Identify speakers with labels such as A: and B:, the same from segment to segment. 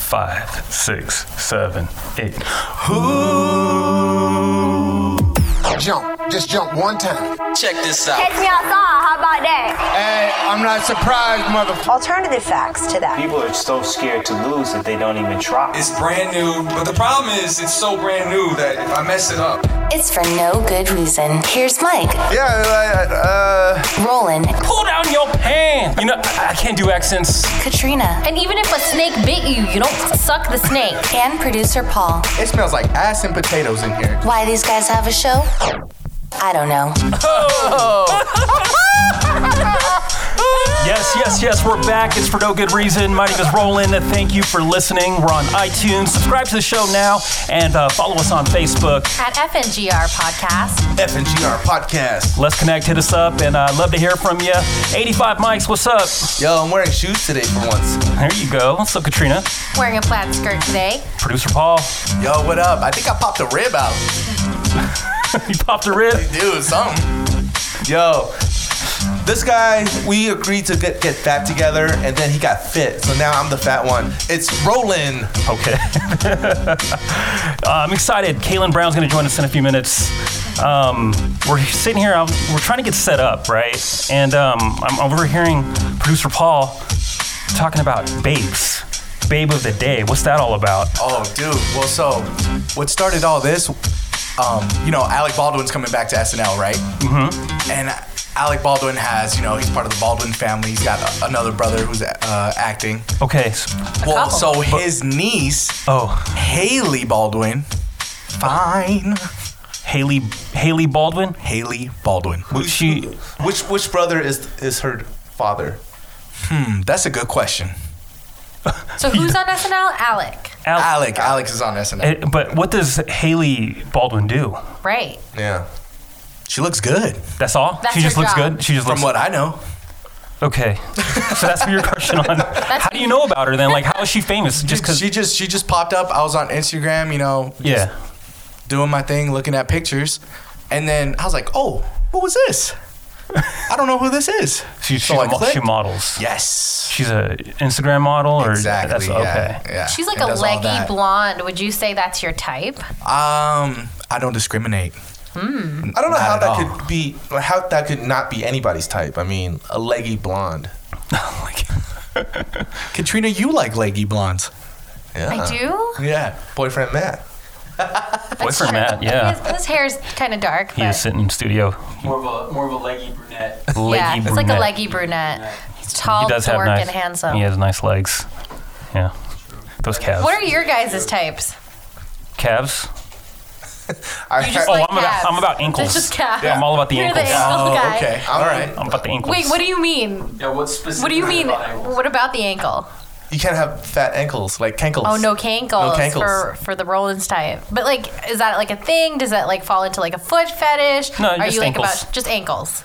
A: five, six, seven, eight. Who?
B: Jump, just jump one time.
C: Check this out.
D: Take me outside. How about that?
B: Hey, I'm not surprised, motherfucker.
E: Alternative facts to that.
F: People are so scared to lose that they don't even try.
G: It's brand new, but the problem is it's so brand new that if I mess it up,
H: It's for no good reason. Here's Mike,
I: Yeah, like, uh,
H: Roland,
A: Pull down your pants. You know, I, I can't do accents.
H: Katrina,
D: And even if a snake bit you, you don't suck the snake.
H: and producer Paul.
I: it smells like ass and potatoes in here.
H: Why these guys have a show? I don't know.
A: Yes, yes, yes, we're back. It's for no good reason. My name is Roland. Thank you for listening. We're on iTunes. Subscribe to the show now and uh, follow us on Facebook.
D: At FNGR Podcast.
I: FNGR podcast.
A: Let's connect, hit us up, and I'd love to hear from you. 85 mics, what's up?
I: Yo, I'm wearing shoes today for once.
A: There you go. What's up, Katrina?
D: Wearing a plaid skirt today.
A: Producer Paul,
I: Yo, what up? I think I popped a rib out.
A: you popped a rib.
I: Dude, something. Yo, this guy, we agreed to get, get fat together, and then he got fit. So now I'm the fat one. It's Roland.
A: Okay. Uh, I'm excited. Kalen Brown's going to join us in a few minutes. Um, we're sitting here, I'm, we're trying to get set up, right? And um, I'm overhearing producer Paul talking about babes. Babe of the day. What's that all about?
I: Oh, dude. Well, so what started all this? Um, you know, Alec Baldwin's coming back to SNL, right? Mm-hmm. And Alec Baldwin has, you know, he's part of the Baldwin family. He's got a, another brother who's uh, acting.
A: Okay. s-
I: Well,
D: couple.
I: so his niece,
A: Oh,
I: Haley Baldwin. Fine.
A: Haley Haley Baldwin.
I: Haley Baldwin.
A: Who's she?
J: Which which brother is is her father?
I: Hmm, that's a good question.
D: So who's on SNL? Alec.
A: Al-
I: Alec, Alex is on SNL.
A: Eh, But what does Haley Baldwin do?
D: Right.
J: Yeah.
I: She looks good,
A: That's all.
D: That's
A: she just
D: her
A: looks
D: job.
A: good. She just
I: from
A: looks
I: what I know.
A: okay. so that's your question on how do you know about her then? Like how is she famous? Just because?
I: she just she just popped up. I was on Instagram, you know,
A: Yeah.
I: doing my thing, looking at pictures, and then I was like, "Oh, what was this? I don't know who this is."
A: She,
I: So
A: she's
I: I
A: a mo- she
I: clicked.
A: models.
I: Yes,
A: She's a Instagram model, or
I: exactly.
A: That's,
I: yeah,
A: okay.
I: yeah.
D: She's like
I: It
D: a
I: does all
D: leggy
I: that.
D: blonde. Would you say that's your type?
I: Um, I don't discriminate.
J: I don't know
I: Not
J: how
I: at
J: that
I: all.
J: could be like, how that could not be anybody's type. I mean, a leggy blonde.
A: Like,
I: Katrina, you like leggy blondes?
J: Yeah.
A: Uh-huh.
D: I do.
I: Yeah.
J: Boyfriend Matt.
A: boyfriend Matt,
D: His,
A: yeah.
D: his hair's kind of dark.
A: He
D: but-
A: is sitting in studio.
F: More of a more of a leggy brunette.
A: Leggy
D: yeah, it's like a
A: brunette.
D: leggy brunette. He's tall,
A: He does have
D: dork,
A: nice.
D: and handsome.
A: He has nice legs. Yeah. Those calves.
D: What are your guys' types?
A: calves?
J: I,
D: You just
A: Oh,
D: like
A: I'm about-
D: calves.
A: I'm about ankles.
D: It's just calves.
A: I'm all about the
D: You're
A: ankles. Oh,
D: the ankle guy.
I: Okay.
J: all right.
A: I'm about the ankles.
D: Wait, what do you mean?
F: Yeah, what's specific?
D: What do you mean?
F: about ankles?
D: What about the ankle?
I: You can't have fat ankles, like cankles.
D: Oh, no cankles,
I: cankles.
D: for for the Rollins type. But like, is that like a thing? Does that like fall into like a foot fetish?
A: No,
D: Are
A: just
D: you like
A: ankles.
D: about just ankles?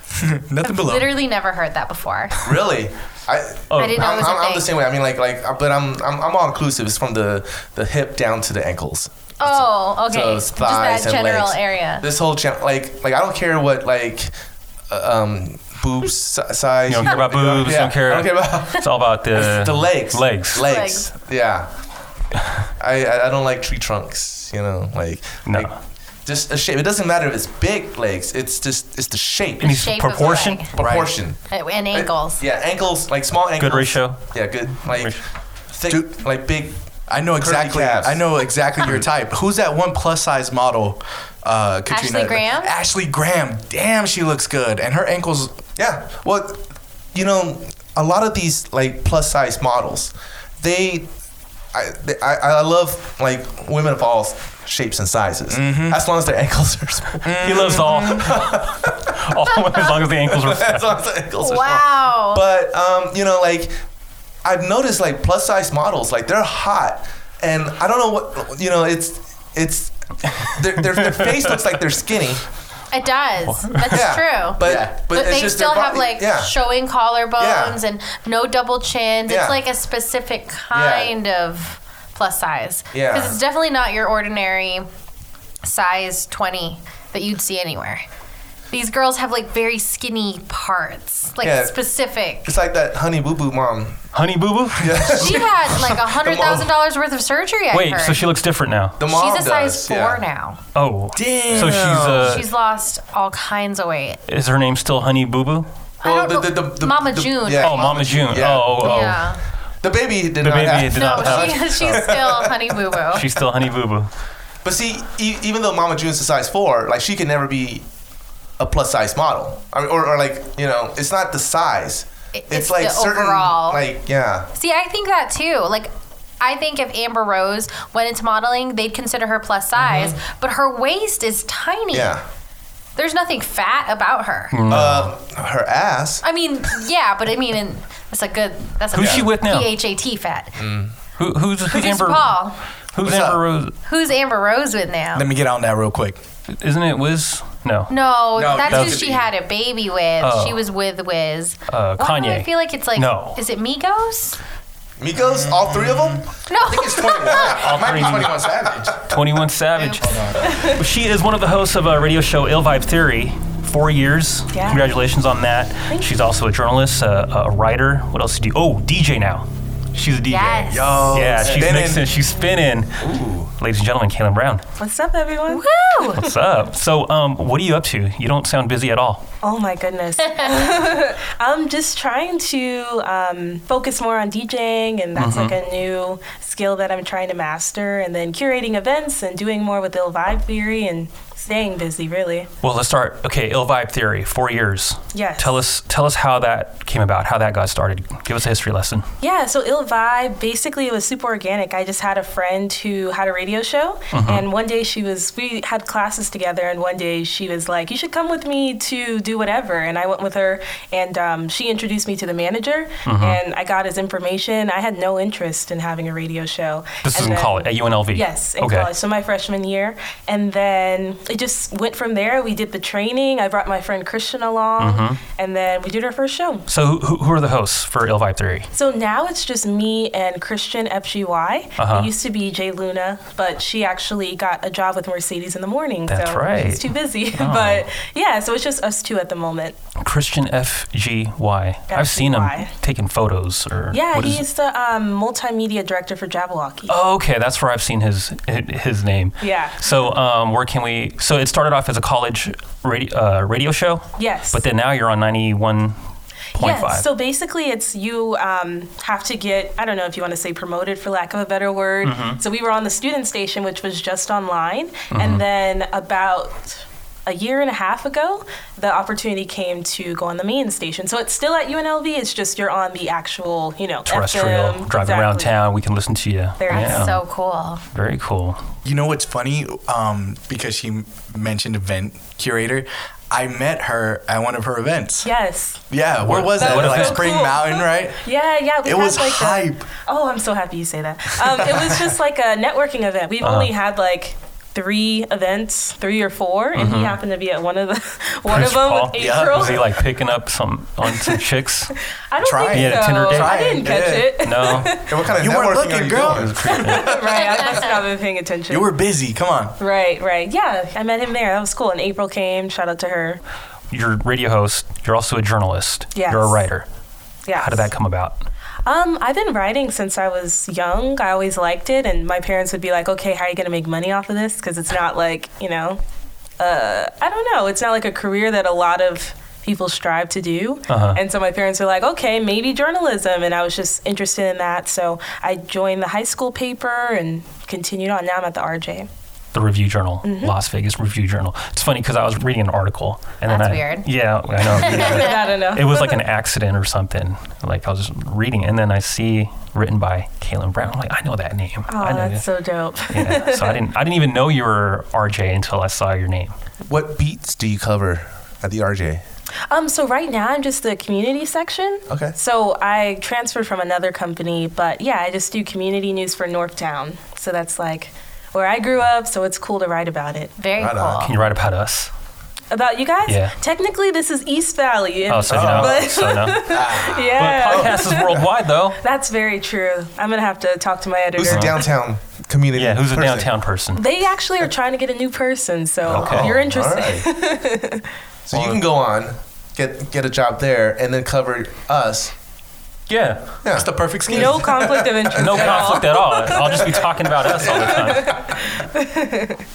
I: Nothing below.
D: Literally never heard that before.
J: Really? I
D: I didn't know it
J: I'm,
D: was a
J: I'm, I'm
D: thing.
J: the same way. I mean, like, like, uh, but I'm, I'm, I'm all inclusive. It's from the, the hip down to the ankles.
D: oh, okay.
J: So it's
D: just
J: thighs
D: that
J: and
D: general
J: legs.
D: area.
J: This whole gen- like, like I don't care what like, uh, um, boobs si- size.
A: You don't care about boobs.
J: Yeah,
A: Don't care.
J: I don't care about
A: It's all about the
J: the legs.
A: Uh, Legs.
J: Legs. Yeah. I, I I don't like tree trunks. You know, like
A: No.
J: like, just a shape. It doesn't matter if it's big legs. It's just it's the shape.
A: It needs
D: shape of the
A: proportion.
D: leg.
J: proportion.
D: And and ankles.
J: Yeah, ankles like small ankles.
A: Good ratio.
J: Yeah, good. Like
A: Ratio.
J: thick,
I: Dude.
J: like big.
I: I know exactly.
J: calves.
I: I know exactly your type. Who's that one plus size model? Uh, Katrina?
D: Ashley Graham?
I: Ashley Graham. Damn, she looks good, and her ankles.
J: Yeah. Well, you know, a lot of these like plus size models, they, I, they, I, I love like women of all shapes and sizes, as long as their ankles are. small.
A: He loves all. all as long as the ankles are fat.
J: as long as their ankles are. small.
D: Wow.
J: But um, you know, like I've noticed, like plus size models, like they're hot, and I don't know what you know. It's it's their their, their face looks like they're skinny.
D: It does. That's true.
J: But
I: Yeah.
J: but,
D: but
J: it's
D: they
J: just
D: still
J: their
D: have
J: body-
D: like
J: yeah.
D: showing collarbones
J: Yeah.
D: and no double chins.
J: Yeah.
D: It's like a specific kind of plus size.
J: Yeah.
D: Because it's definitely not your ordinary size 20 that you'd see anywhere. These girls have like very skinny parts, like
J: Yeah.
D: specific.
J: It's like that Honey Boo Boo mom
A: Honey Boo Boo?
D: She had like a hundred thousand dollars worth of surgery. I
A: Wait,
D: heard.
A: so she looks different now.
J: The mom
D: she's a size
J: does,
D: four
J: yeah.
D: now.
A: Oh. Damn. So she's uh
D: She's lost all kinds of weight.
A: is her name still Honey Boo Boo?
D: I don't know. Mama June.
J: Yeah,
A: Oh, Mama June.
J: Yeah.
A: Oh, oh, oh.
D: Yeah.
J: the baby did
A: The
J: not.
A: baby
J: have-
A: did
D: No,
A: not have
D: she, she's
A: Oh.
D: still Honey Boo Boo.
A: she's still Honey Boo Boo.
J: But see, e- even though Mama June's a size four, like she can never be a plus size model. I mean, or, or like you know, it's not the size.
D: It-
J: It's,
D: it's
J: like
D: the
J: certain,
D: overall.
J: like yeah.
D: See, I think that too. Like, I think if Amber Rose went into modeling, they'd consider her plus size,
A: Mm-hmm.
D: but her waist is tiny.
J: Yeah.
D: There's nothing fat about her.
A: Mm.
J: Uh, her ass.
D: I mean, yeah, but I mean, and that's a good. That's a
A: Who's
D: good
A: she with now?
D: PHAT fat.
A: Who, who's who's
D: Who's
A: Amber?
D: Paul?
A: Who's
J: What's
A: Amber
J: up?
A: Rose?
D: Who's Amber Rose with now?
I: Let me get on that real quick.
A: Isn't it Wiz? No.
D: No,
G: No,
D: that's
G: that
D: who
G: was-
D: she had a baby with.
A: Oh.
D: She was with Wiz.
A: Uh,
D: Why do I
A: Kanye.
D: feel like it's like,
A: No.
D: is it Migos?
J: Migos, all three of them.
D: No.
J: I think it's 21. it might be
A: three.
J: 21 Savage.
A: 21 Savage. she is one of the hosts of a radio show, Ill Vibe Theory. Four years.
D: Yeah.
A: Congratulations on that. She's also a journalist, uh, a, a writer. What else do you do? Oh, DJ now. She's a DJ.
D: Yes.
I: Oh,
J: Yo,
A: Yeah, she's
J: Oh, spinning.
A: mixing, she's spinning. Ladies and gentlemen, Kaylin Brown.
C: What's up, everyone?
D: Woo!
A: What's up? So, um, what are you up to? You don't sound busy at all.
C: Oh my goodness. I'm just trying to um, focus more on DJing, and that's like a new skill that I'm trying to master, and then curating events and doing more with Ill Vibe Theory and staying busy, really.
A: Well, let's start. Okay, Ill Vibe Theory, four years.
C: Yes.
A: Tell us, tell us how that came about, how that got started. Give us a history lesson.
C: Yeah, so Ill Vibe, basically it was super organic. I just had a friend who had a radio show,
A: Uh-huh.
C: and one day she was, we had classes together, and one day she was like, You should come with me to do whatever. And I went with her, and um, she introduced me to the manager,
A: Uh-huh.
C: and I got his information. I had no interest in having a radio show.
A: This
C: And
A: is in
C: then-
A: college at UNLV.
C: Yes, in
A: okay.
C: college. So my freshman year, and then it just went from there. We did the training. I brought my friend Christian along,
A: Uh-huh.
C: and then we did our first show.
A: So, who, who- who are the hosts for Ill Vibe Theory?
C: So now it's just me and Christian FGY.
A: Uh-huh.
C: It used to be Jay Luna, but she actually got a job with Mercedes in the morning.
A: That's
C: so
A: right.
C: She's too busy. But yeah, so it's just us two at the moment.
A: Oh, Christian FGY. I've seen him
C: FGY.
A: taking photos or
C: Yeah,
A: what is-
C: he's the um, multimedia director for Jabberwocky.
A: Oh, okay, that's where I've seen his his name.
C: Yeah.
A: So, um, where can we? So it started off as a college radio, uh, radio show.
C: Yes.
A: But then now you're on ninety one point
C: Yeah,
A: five.
C: so basically, it's you um, have to get, I don't know if you want to say promoted for lack of a better word. So we were on the student station, which was just online. And then about a year and a half ago, the opportunity came to go on the main station. So it's still at UNLV, it's just you're on the actual, you know,
A: Terrestrial,
C: FM,
A: driving around
C: exactly.
A: town, we can listen to you.
C: There it is.
A: yeah.
D: So cool.
A: Very cool.
I: You know what's funny? Um, because she m- mentioned event curator, I met her at one of her events.
C: Yes.
I: Yeah, where
A: What-
I: was that?
A: what
I: like
A: event?
I: Spring Mountain, right?
C: Yeah, yeah. We
I: It
C: had
I: was
C: like a-
I: hype.
C: oh, I'm so happy you say that. Um, it was just like a networking event. We've only
A: Uh-huh.
C: had like three events, three or 4 and
A: Mm-hmm.
C: he happened to be at one of the one
A: Prince
C: of them
A: Paul.
C: with
A: Yeah.
C: April.
A: Was he like picking up some on some chicks?
C: I don't
I: Trying.
C: think
I: He
A: had a
C: so.
A: Tinder date?
C: I didn't
I: Trying,
C: catch
I: yeah.
C: it.
A: No. Oh,
J: And what kind of
I: You weren't
J: networking are
I: looking,
J: you
I: girl.
J: doing?
C: right, I must not have been paying attention.
I: You were busy. Come on.
C: right, right. Yeah, I met him there. That was cool. And April came. Shout out to her.
A: You're a radio host. You're also a journalist.
C: Yes.
A: You're a writer.
C: Yeah.
A: How did that come about?
C: Um, I've been writing since I was young. I always liked it, and my parents would be like, "Okay, how are you gonna make money off of this?" Because it's not like you know, uh, I don't know. It's not like a career that a lot of people strive to do.
A: Uh-huh.
C: And so my parents were like, "Okay, maybe journalism," and I was just interested in that. So I joined the high school paper and continued on. Now I'm at the RJ.
A: the Review Journal,
C: Mm-hmm.
A: Las Vegas Review Journal. It's funny because I was reading an article and
D: That's
A: then I,
D: weird.
A: Yeah, I know. Yeah.
C: I don't know.
A: it was like an accident or something. Like I was just reading, and then I see written by Kaylin Brown. I'm like I know that name.
C: Oh,
A: I know
C: that's
A: that.
C: so dope.
A: yeah. So I didn't. I didn't even know you were RJ until I saw your name.
J: What beats do you cover at the RJ?
C: Um, so right now I'm just the community section.
J: Okay.
C: So I transferred from another company, but yeah, I just do community news for Northtown. So that's like where I grew up, so it's cool to write about it.
D: Very
J: Right on.
A: Can
D: cool.
A: you write about us?
C: About you guys?
A: Yeah.
C: Technically this is East Valley.
A: Oh, so you know.
C: But
A: So no. But
C: yeah.
A: podcast is worldwide though.
C: that's very true. I'm gonna have to talk to my editor.
J: Who's the downtown community?
A: Yeah. Who's a
J: person?
A: downtown person?
C: they actually are trying to get a new person, so
A: Okay.
C: if you're interested.
J: Oh, All right. so you can go on, get get a job there, and then cover us
A: Yeah.
J: That's the perfect scheme.
C: No conflict of interest.
A: No
C: at all.
A: conflict at all. I'll just be talking about us all the time.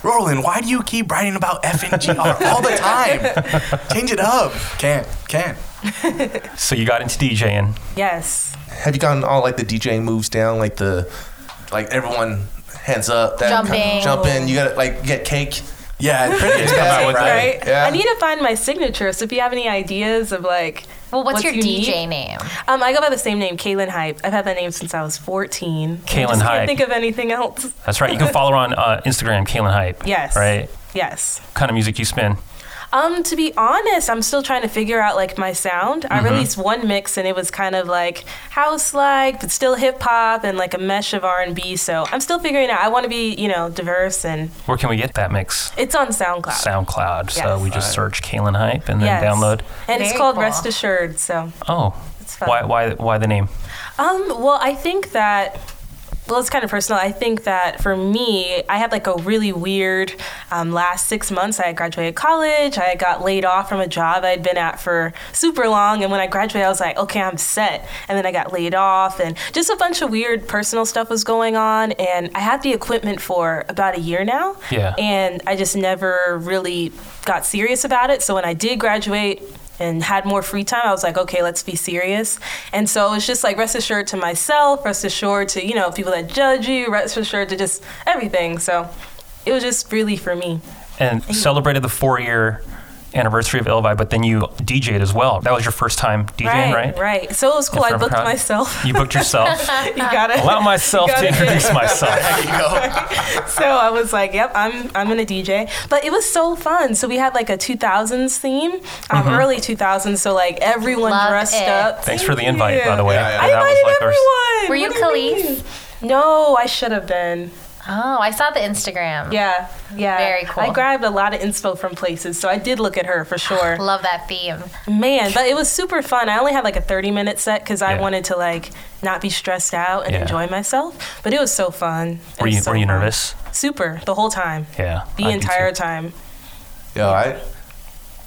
I: Roland, why do you keep writing about FNGR all the time? Change it up. Can't, can't.
A: So you got into DJing.
C: Yes.
J: Have you gotten all like the DJ moves down, like the like everyone hands up, that
D: Jumping.
J: kind of- jumping? You gotta like get cake.
I: Yeah, it's pretty.
J: Yeah,
I: Yeah,
J: right.
C: Right?
J: Yeah.
C: I need to find my signature. So if you have any ideas of like,
D: Well, what's, your
C: unique-
D: DJ name?
C: Um, I go by the same name, Kaylin Hype. I've had that name since I was 14. I
A: Kaylin
C: just
A: Hype.
C: Can't think of anything else.
A: That's right. You can follow her on uh, Instagram, Kaylin Hype.
C: Yes.
A: Right?
C: Yes.
A: What kind of music you spin?
C: Um, to be honest, I'm still trying to figure out like my sound.
A: Mm-hmm.
C: I released one mix and it was kind of like house like, but still hip hop and like a mesh of R and B. So I'm still figuring out. I want to be, you know, diverse and
A: Where can we get that mix?
C: it's on SoundCloud.
A: SoundCloud. So
C: Uh, Yes.
A: we just search Kaylin Hype and then
C: Yes.
A: download.
C: And it's
D: Very
C: called
D: cool.
C: Rest Assured. So
A: Oh.
C: fun.
A: Why, why, why the name?
C: Um, well, I think that. Well, it's kind of personal. I think that for me, I had like a really weird um, last six months. I had graduated college. I got laid off from a job I'd been at for super long. And when I graduated, I was like, okay, I'm set. And then I got laid off, and just a bunch of weird personal stuff was going on. And I had the equipment for about a year now.
A: Yeah.
C: And I just never really got serious about it. So when I did graduate and had more free time, I was like, okay, let's be serious. And so it's just like rest assured to myself, rest assured to, you know, people that judge you, rest assured to just everything. So it was just really for me.
A: And celebrated the four year anniversary of Elvi, but then you DJ'd as well. That was your first time DJing, right?
C: right. So it was cool.
A: In front
C: I
A: of a
C: booked
A: crowd?
C: myself.
A: You booked yourself.
C: you gotta
A: Allow myself
C: you
A: to
C: gotta get-
A: introduce myself. Oh.
C: so I was like, "Yep, I'm I'm gonna DJ." But it was so fun. So we had like a 2000s theme, um, early 2000s. So like everyone
D: Love
C: dressed
D: it.
C: up.
A: Mm-hmm. Thanks for the invite, by the way.
J: Yeah, yeah.
C: I
A: That was
C: invited
A: like our-
C: everyone.
D: Were you
C: What do
D: Khalees?
C: mean? No, I should have been.
D: Oh, I saw the Instagram.
C: Yeah, yeah.
D: Very cool.
C: I grabbed a lot of inspo from places, so I did look at her for sure.
D: Love that theme.
C: Man, but it was super fun. I only had like a 30 minute set because I
A: Yeah.
C: wanted to like not be stressed out and
A: Yeah.
C: enjoy myself. But it was so fun. It
A: Were
C: was
A: you,
C: so
A: were you
C: fun.
A: nervous?
C: Super, the whole time.
A: Yeah.
C: The
A: I'd be too.
C: entire time.
J: Yo, I,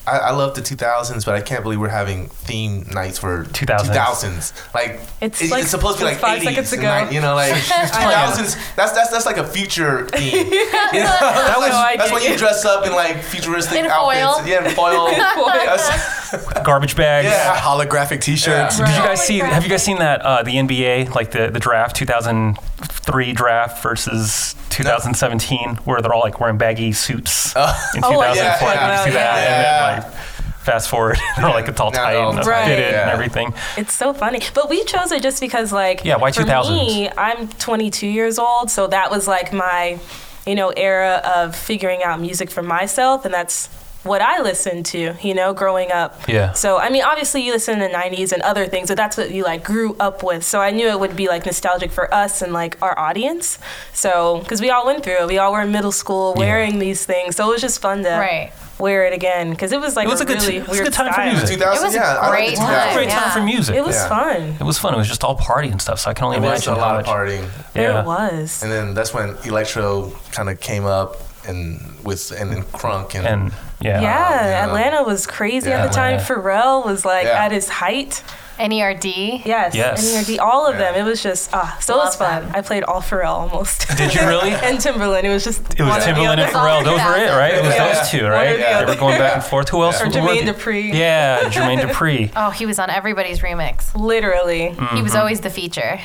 J: I I love the 2000s, but I can't believe we're having theme nights for
A: 2000s.
J: 2000s. Like
C: It's
J: it-
C: like
J: supposed to be like
C: five
J: 80s
C: seconds
J: and
C: ago.
J: nine- you know, like 2000s. That's that's that's like a future theme. You know? That's
C: No
J: like- that's
C: idea.
J: when you dress up in like futuristic
D: In
J: outfits.
D: foil.
J: Yeah, in foil. That's-
A: Garbage bags.
J: Yeah.
I: Holographic t-shirts.
A: Did you
C: Right.
A: guys see? Have you guys seen that uh, the NBA like the, the draft 2003 draft versus 2017 where they're all like wearing baggy suits in 2004?
J: Oh, yeah,
A: Did you see
C: yeah,
A: that?
J: yeah.
A: And then, like, fast forward, they're all, like it's all
J: Now
A: tight
J: they're all
A: and
C: tight.
A: fitted and
J: Right.
A: everything.
C: It's so funny. But we chose it just because, like,
A: Yeah, why
C: for
A: 2000s?
C: me, I'm 22 years old, so that was like my, you know, era of figuring out music for myself, and that's what I listened to, you know, growing up.
A: Yeah.
C: So I mean, obviously, you listen to the 90s and other things, but that's what you like grew up with. So I knew it would be like nostalgic for us and like our audience. So because we all went through it, we all were in middle school wearing these things, so it was just fun to
D: Right.
C: wear it again because it was like
A: It was a
C: a,
A: good t-
C: really
A: it was a
C: weird
A: good time for
C: style.
A: music.
J: 2000s.
D: It was a
J: yeah, I like
D: great
J: the
D: time.
J: 2000s.
A: Great time
D: Yeah.
A: for music.
C: Oh, It was
J: Yeah.
C: fun.
A: It was fun. It was just all party and stuff. So I can only
J: It was
A: imagine
J: a
A: how
J: lot
A: much.
J: of partying,
C: There
A: Yeah.
C: it was.
J: and then that's when electro kind of came up and with and then crunk and,
A: And yeah.
C: Yeah, Atlanta was crazy
J: Yeah.
C: at the time. Pharrell was like
J: Yeah.
C: at his height.
D: E NERD.
C: Yes,
A: Yes.
C: and NERD, all of them. It was just ah, so it was
D: Love
C: fun.
D: them.
C: I played all Pharrell almost.
A: Did you really?
C: and Timberland. It was just
A: It was Timberland and Pharrell. Those were it, right? It was
C: Yeah.
A: those two,
C: One or
A: right?
C: the
A: They were
C: other.
A: going back and forth. Who else?
C: Or
A: were-
C: Jermaine Dupri.
A: Yeah, Jermaine Dupri.
D: Oh, he was on everybody's remix.
A: Mm.
C: Literally,
D: He
J: Mm-hmm.
D: was always the feature.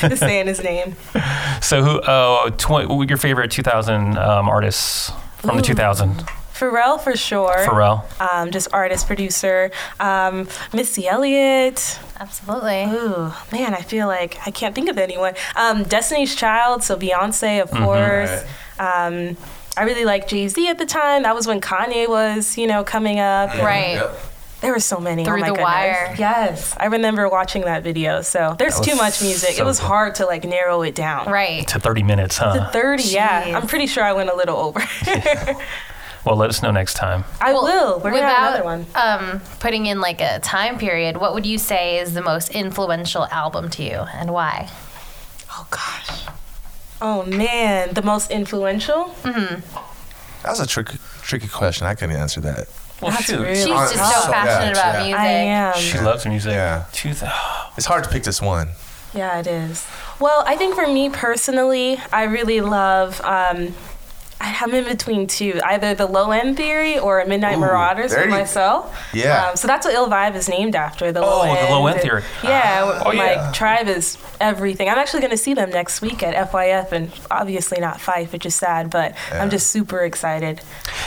C: just saying his name.
A: So who? Oh, tw- who were your favorite 2000 um, artists from the 2000?
C: Pharrell for sure.
A: Pharrell.
C: Um, just artist, producer. Um, Missy Elliott.
D: Absolutely.
C: Ooh, man, I feel like I can't think of anyone. Um, Destiny's Child, so Beyonce, of
A: Mm-hmm.
C: course. Um, I really liked Jay Z at the time. That was when Kanye was, you know, coming up.
D: Right.
J: Yep.
C: There were so many.
D: Through
C: oh my
D: the
C: goodness.
D: Wire.
C: Yes, I remember watching that video. So there's
A: That
C: too
A: was
C: much music.
A: so
C: it was
A: good.
C: hard to like narrow it down.
D: Right.
A: To 30 minutes, huh?
C: Thirty.
D: Jeez.
C: Yeah, I'm pretty sure I went a little over.
A: Well, let us know next time.
C: I
D: Well,
C: will. We're gonna have another one.
D: Um, putting in like a time period, what would you say is the most influential album to you and why?
C: Oh gosh. Oh man, the most influential.
J: that was a tricky tricky question. I couldn't answer that.
A: Well,
C: That's
A: shoot.
C: really
D: She's just
J: Oh,
D: so
J: so
D: passionate
J: much,
D: about
J: yeah.
D: music.
C: I am.
A: She loves music.
J: Yeah.
A: 2000.
F: It's hard to pick this one.
C: Yeah, it is. Well, I think for me personally, I really love. Um, I- I'm in between two, either the Low End Theory or Midnight Marauders
F: there
C: for
F: you-
C: myself.
F: Yeah.
C: Um, so that's what Ill Vibe is named after. The
A: Oh,
C: Low
A: the
C: End.
A: Low End Theory.
C: Yeah,
A: Oh,
C: my
A: yeah.
C: tribe is everything. I'm actually going to see them next week at FYF, and obviously not Fife, which is sad, but I'm just super excited.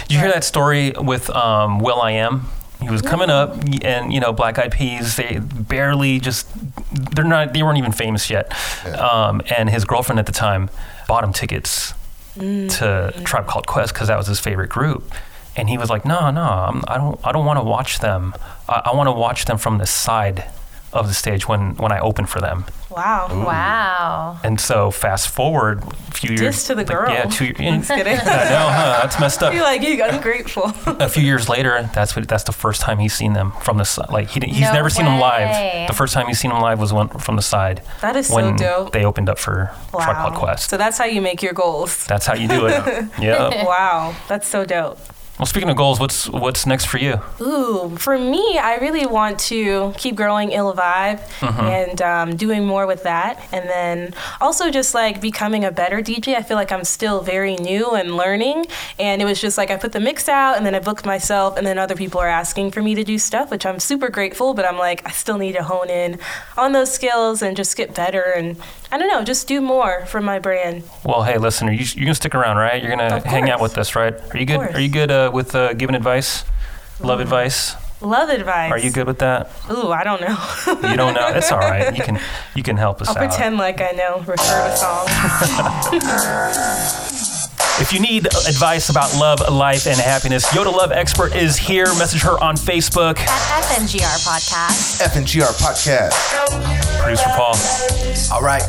A: Did you hear that story with um, Will I Am? He was coming up,
C: Mm-hmm.
A: and you know, Black Eyed Peas. They barely just—they're not—they weren't even famous yet. Um, and his girlfriend at the time bought him tickets
C: Mm-hmm.
A: to Tribe Called Quest because that was his favorite group. And he was like, "No, no, I'm, I don't. I don't want to watch them. I, I want to watch them from the side of the stage when when I open for them."
C: Wow.
D: Wow.
A: And so, fast forward a few years.
C: Diss to the girl.
A: Yeah, two years.
C: Just kidding.
A: I know, huh? That's messed up
C: You're like, you ungrateful.
A: a few years later, that's what that's the first time he's seen them from the side. Like he, didn't- he's
D: No
A: never seen them
D: way.
A: live. The first time he's seen them live was one from the side.
C: That is so
A: when
C: dope.
A: They opened up for Tribe Called Quest.
C: So that's how you make your goals.
A: that's how you do it. yeah.
C: Wow, that's so dope.
A: Well, speaking of goals, what's what's next for you?
C: Ooh, for me, I really want to keep growing Ill Vibe
A: Uh-huh.
C: and um, doing more with that. And then also just like becoming a better DJ. I feel like I'm still very new and learning. And it was just like I put the mix out and then I booked myself, and then other people are asking for me to do stuff, which I'm super grateful. But I'm like, I still need to hone in on those skills and just get better. And I don't know, just do more for my brand.
A: Well, hey, listener, you, you're gonna stick around, right? You're gonna
C: Of
A: hang out
C: course.
A: with us, right? Are you good?
C: course. Mm.
A: Are you good uh, with uh, giving advice, love advice?
C: Love advice.
A: Are you good with that?
C: Ooh, I don't know.
A: You don't know. It's all right. You can you can help us
C: I'll
A: out.
C: pretend like I know. Refer to song.
A: If you need advice about love, life, and happiness, Yoda Love Expert is here. Message her on Facebook.
D: At FNGR Podcast.
F: F and GR podcast.
A: Producer Paul.
J: All right.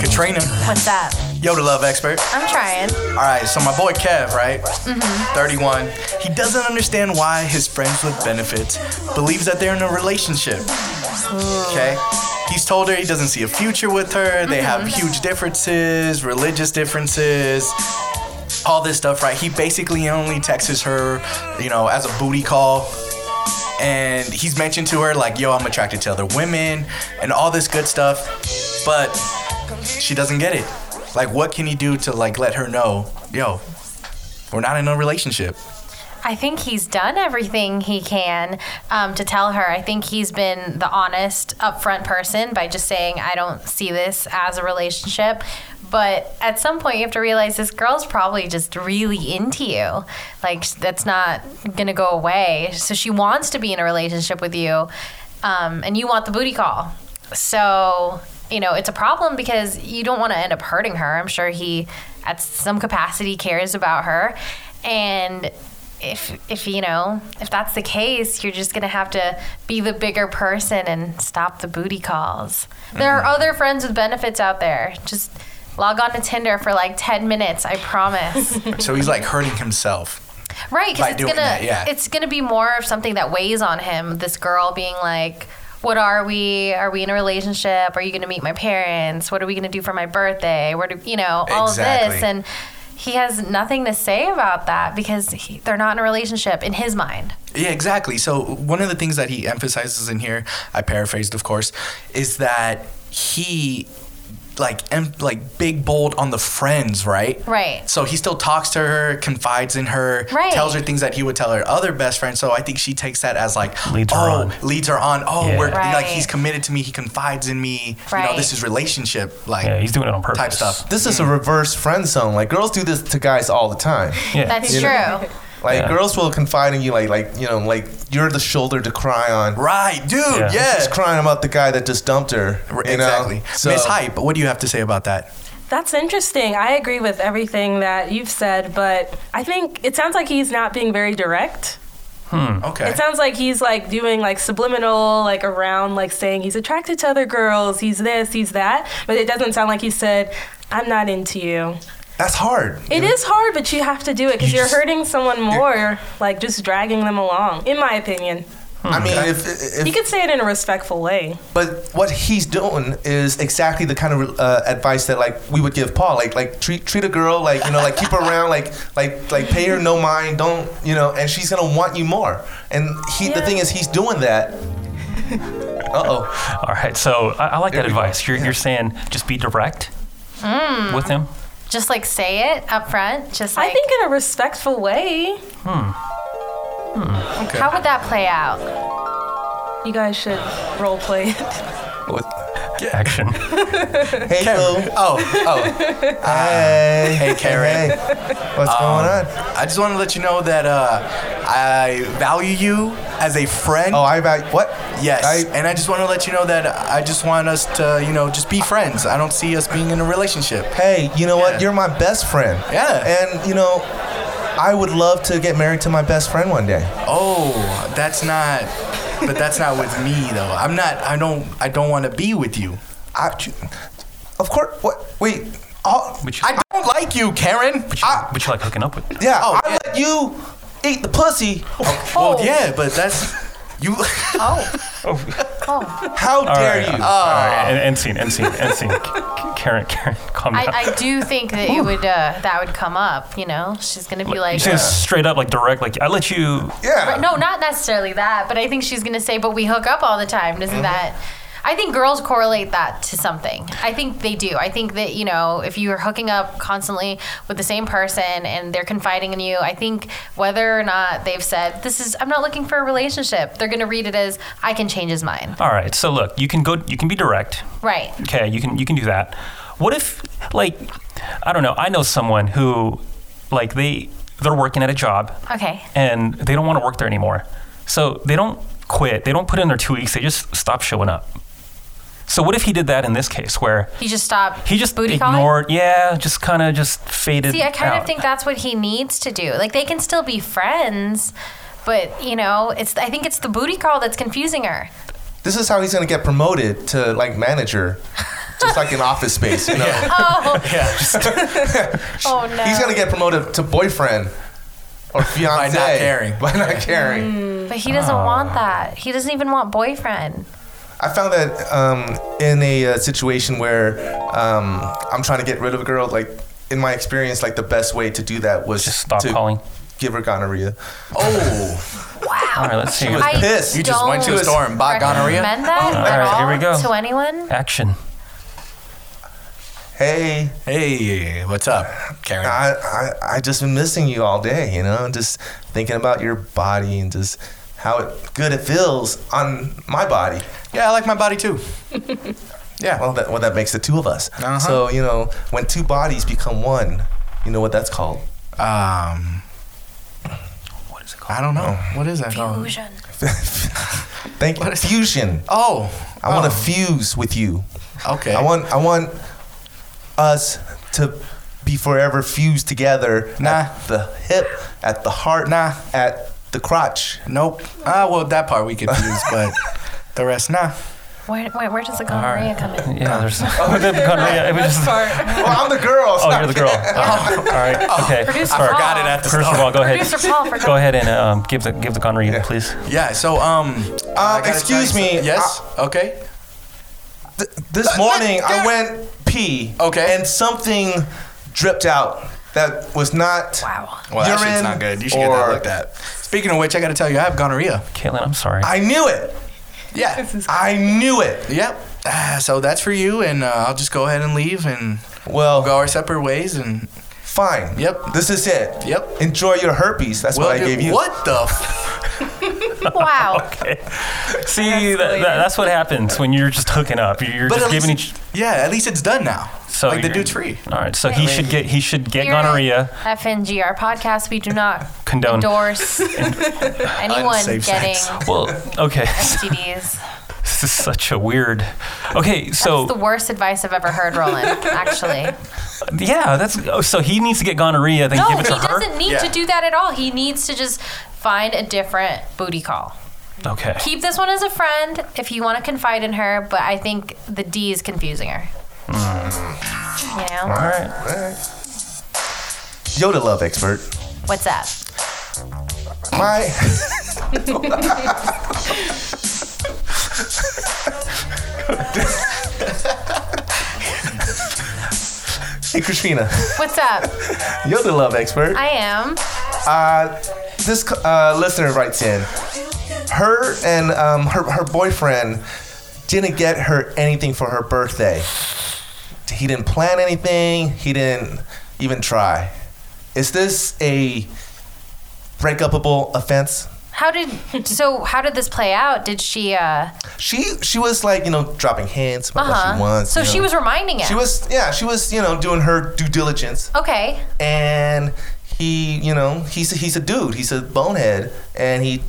J: Katrina,
D: What's up?
J: Yoda love expert.
D: I'm trying.
J: All right, so my boy Kev, right? 31. He doesn't understand why his friends with benefits believes that they're in a relationship. Okay? He's told her he doesn't see a future with her. They have huge differences, religious differences, all this stuff, right? He basically only texts her, you know, as a booty call. And he's mentioned to her, like, yo, I'm attracted to other women and all this good stuff. But she doesn't get it. Like, what can he do to like let her know, yo, we're not in a relationship?
D: I think he's done everything he can um, to tell her. I think he's been the honest, upfront person by just saying, I don't see this as a relationship. But at some point, you have to realize this girl's probably just really into you. Like, that's not going to go away. So she wants to be in a relationship with you, um, and you want the booty call. So, you know, it's a problem because you don't want to end up hurting her. I'm sure he, at some capacity, cares about her. And if if you know if that's the case you're just gonna have to be the bigger person and stop the booty calls there are
J: Mm-hmm.
D: other friends with benefits out there just log on to tinder for like 10 minutes i promise
J: So he's like hurting himself.
D: right because
J: By
D: it's
J: doing
D: gonna
J: that, yeah.
D: it's gonna be more of something that weighs on him this girl being like what are we are we in a relationship are you gonna meet my parents what are we gonna do for my birthday where do you know all of this
J: Exactly.
D: and he has nothing to say about that because he, they're not in a relationship in his mind
J: Yeah, exactly. So one of the things that he emphasizes in here, I paraphrased, of course, is that he like em- like big bold on the friends, right?
D: Right.
J: So he still talks to her, confides in her,
D: Right.
J: tells her things that he would tell her other best friend. So I think she takes that as like
A: Leads her
J: oh,
A: on.
J: leads her on. Oh,
A: Yeah.
J: we're like
D: Right.
J: he's committed to me. He confides in me. You know,
D: Right.
J: this is relationship like
A: Yeah, he's doing it on purpose.
J: type stuff. Mm-hmm.
F: This is a reverse friend zone. Like girls do this to guys all the time.
A: Yeah.
D: that's
F: You
D: true
F: know? Like
A: Yeah.
F: girls will confide in you, like like you know, like you're the shoulder to cry on.
J: Right, dude.
A: Yeah.
J: Yeah.
F: She's crying about the guy that just dumped her.
J: R-
F: you know?
J: Exactly.
F: So-
J: Miss Hype, what do you have to say about that?
C: That's interesting. I agree with everything that you've said, but I think it sounds like he's not being very direct.
A: Mm.
J: Okay.
C: It sounds like he's like doing like subliminal, like around, like saying he's attracted to other girls, he's this, he's that, but it doesn't sound like he said, I'm not into you.
F: That's hard.
C: It is hard, but you have to do it because
J: You
C: you're
J: just-
C: hurting someone more, like just dragging them along, in my opinion.
F: I mean, if, if
C: You could say it in a respectful way.
F: But what he's doing is exactly the kind of uh, advice that like we would give Paul. Like like treat treat a girl like you know like keep her around like like like pay her no mind. Don't you know? And she's gonna want you more. And he the thing is he's doing that.
J: oh.
A: All right, so I, I like that
J: we go.
A: advice. You're, you're saying just be direct
D: Hmm.
A: with him.
D: Just like say it up front. Just like
C: I think in a respectful way,
D: how would that play out?
C: you guys should role play it.
A: Action.
J: Hey, Lou.
I: Oh, oh.
J: Hey.
I: Hey, Karen. Um,
J: Hey. What's going on?
I: I just want to let you know that uh, I value you as a friend.
J: Oh, I value what?
I: Yes,
J: I,
I: and I just want to let you know that I just want us to, you know, just be friends. I don't see us being in a relationship.
J: hey, you know
I: Yeah.
J: what? You're my best friend.
I: Yeah.
J: And you know, I would love to get married to my best friend one day.
I: Oh, that's not, but that's not with me though. I'm not. I don't. I don't want to be with you.
J: I, of course. What? Wait. Oh,
A: But you,
I: I don't like you, Karen.
A: but, you, but you like hooking up with.
J: yeah.
I: Oh,
J: I
I: yeah. Oh,
J: let you eat the pussy.
I: Well, yeah, but that's you.
J: Oh. How dare you?
A: Oh.
I: Oh.
A: All right, and, and scene, and scene, and scene. Karen, Karen, calm down.
D: I, I do think that it would uh, that would come up. You know, she's gonna be
A: you
D: like.
A: say this straight up, like direct, like I let you.
J: yeah.
D: No, not necessarily that, but I think she's gonna say, "But we hook up all the time." Isn't that? I think girls correlate that to something. I think they do. I think that you know, if you are hooking up constantly with the same person and they're confiding in you, I think whether or not they've said this is, I'm not looking for a relationship, they're gonna read it as I can change his mind.
A: All right, so look, you can go, you can be direct.
D: Right.
A: Okay, you can you can do that. What if like I don't know, I know someone who like they they're working at a job
D: Okay.
A: and they don't want to work there anymore. So they don't quit, they don't put in their 2 weeks, they just stop showing up. So what if he did that in this case where
D: He just stopped.
A: he just
D: booty calling?
A: ignored, yeah, just kind of just faded
D: See, I kind
A: out.
D: of think that's what he needs to do. Like they can still be friends, but you know, it's I think it's the booty call that's confusing her.
J: This is how he's gonna get promoted to like manager, just like in Office Space. You know.
D: Oh. oh no.
J: He's gonna get promoted to boyfriend or fiance
I: caring.
J: By not caring. Mm.
D: but he doesn't
A: Oh.
D: want that. He doesn't even want boyfriend.
J: I found that um, in a uh, situation where um, I'm trying to get rid of a girl, like in my experience, like the best way to do that was
A: Just stop
J: to
A: calling.
J: give her gonorrhea.
I: Oh,
A: All right, let's see.
D: I
J: pissed. You
I: just went to a
D: don't
I: store and bought gonorrhea?
D: Recommend that
A: All
D: at
A: right,
D: all
A: here we go.
D: to anyone.
A: Action.
J: Hey,
I: hey, what's up, Karen?
J: I, I I just been missing you all day, you know, just thinking about your body and just how it, good it feels on my body.
I: yeah, I like my body too.
J: Yeah. Well, that well that makes the two of us.
I: Uh-huh.
J: So you know, when two bodies become one, you know what that's called?
I: Um,
A: What is it called?
I: I don't know. What is that called?
D: Fusion.
J: Thank you. Fusion.
I: Oh,
J: I want to fuse with you.
I: Okay.
J: I want I want us to be forever fused together
I: Nah.
J: at the hip, at the heart,
I: Nah.
J: at the crotch.
I: Nope. Ah, well, that part we could use, but the rest, nah.
D: Where, where, where does the gonorrhea come in?
I: Uh,
A: Yeah, there's oh, the gonorrhea. It was just-
J: Well, I'm the girl.
A: Oh, you're the girl. All right. All right. Okay.
D: Producer
A: All right.
D: Paul.
I: it at the
A: First of all, go ahead.
D: Producer Paul forgot.
A: Go ahead and um, give the give the gonorrhea, please.
I: Yeah. So, um, I gotta
J: Uh, excuse
I: tell you
J: me, Uh,
I: something. Yes. okay.
J: Th- this morning I went pee.
I: Okay.
J: And something dripped out that was not.
D: Wow.
I: Well, that shit's
J: urine
I: not good. You should get
J: or-
I: that looked at. Speaking of which, I got to tell you, I have gonorrhea.
A: Caitlin, I'm sorry.
J: I knew it.
I: Yeah.
J: I knew it.
I: Yep. Ah, so that's for you, and uh, I'll just go ahead and leave, and
J: Well,
I: we'll go our separate ways. And
J: fine.
I: Yep.
J: This is it.
I: Yep.
J: Enjoy your herpes. That's
I: Well,
J: what I
I: dude,
J: gave you.
I: What the? F-
D: Wow.
A: Okay. See, that, that, that's what happens when you're just hooking up. You're, you're
I: But
A: just
I: at least
A: giving each.
I: yeah, at least it's done now.
A: So
I: like the
A: you're-
I: dude's free.
A: All right. So he should get he should get
D: Here at
A: gonorrhea.
D: FNGR podcast. We do not
A: Condone.
D: endorse anyone getting
I: Unsafe sex.
A: Well, okay.
D: STDs.
A: this is such a weird. Okay, so
D: It's the worst advice I've ever heard, Roland. Actually,
A: yeah, that's oh, so he needs to get gonorrhea, then
D: no,
A: give
D: he
A: it to her.
D: doesn't need
I: Yeah.
D: to do that at all. He needs to just find a different booty call.
A: Okay.
D: Keep this one as a friend if you want to confide in her, but I think the D is confusing her.
A: Hmm.
D: You know
A: All right.
J: Yoda love expert.
D: what's up?
J: My. hey, Katrina,
D: What's up?
J: you're the love expert.
D: I am.
J: Uh, this uh, listener writes in. Her and um, her her boyfriend didn't get her anything for her birthday. He didn't plan anything. He didn't even try. Is this a breakupable offense?
D: How did so? How did this play out? Did she? uh
J: She she was like you know dropping hints about what
D: Uh-huh.
J: she wants.
D: so
J: you
D: she
J: know.
D: was reminding him.
J: She was yeah she was you know doing her due diligence
D: okay.
J: and he you know he's a, he's a dude he's a bonehead and he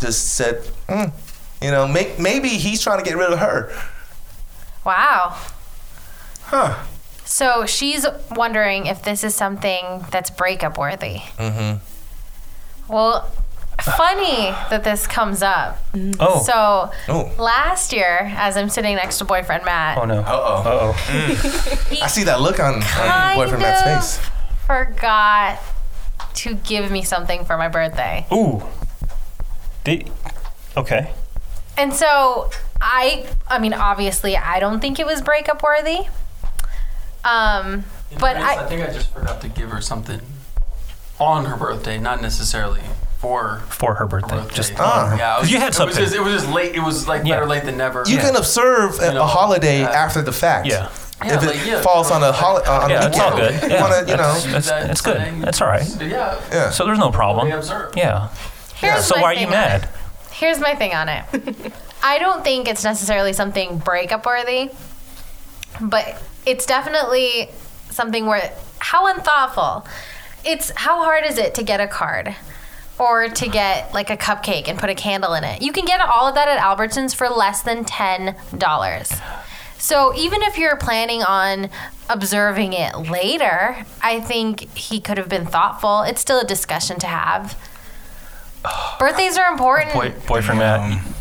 J: just said mm, you know may, maybe he's trying to get rid of her
D: Wow.
J: huh
D: So she's wondering if this is something that's breakup worthy. Mm-hmm. Well, funny that this comes up.
A: Oh.
D: So
J: Oh.
D: last year, as I'm sitting next to boyfriend Matt,
A: oh no.
J: uh oh
A: Uh oh.
J: I see that look on, on
D: Kind
J: boyfriend Matt's
D: of.
J: face
D: forgot to give me something for my birthday.
A: Ooh. Did, okay.
D: And so I I mean obviously I don't think it was breakup worthy. Um
F: In
D: but
F: fairness,
D: I
F: think I just forgot to give her something on her birthday, not necessarily for
A: For her birthday.
F: her birthday.
A: Just
J: Ah.
F: uh, yeah, it was-
A: You had
F: It
A: something.
F: was, just, it was just late. It was like
A: Yeah.
F: better late than never.
J: you
A: Yeah.
J: can observe a,
F: You know,
J: a holiday
F: yeah.
J: after the fact
A: yeah.
J: if
F: Yeah,
J: it
F: like, yeah,
J: falls on a
F: like-
J: holiday on
A: Yeah,
J: a
A: that's all good.
J: weekend,
A: Yeah,
J: on a, you know
A: that's- That's, that's good. That's all right.
F: Yeah.
J: yeah
A: So there's no problem.
F: We observed.
A: Yeah.
D: here's
A: So
D: my
A: why are
D: thing
A: you
D: on it.
A: mad?
D: Here's my thing on it. I don't think it's necessarily something breakup worthy, but it's definitely something where how unthoughtful. It's how hard is it to get a card or to get like a cupcake and put a candle in it? You can get all of that at Albertsons for less than $10. So even if you're planning on observing it later, I think he could have been thoughtful. It's still a discussion to have. Birthdays are important.
A: Boy, boyfriend Matt.
F: Um,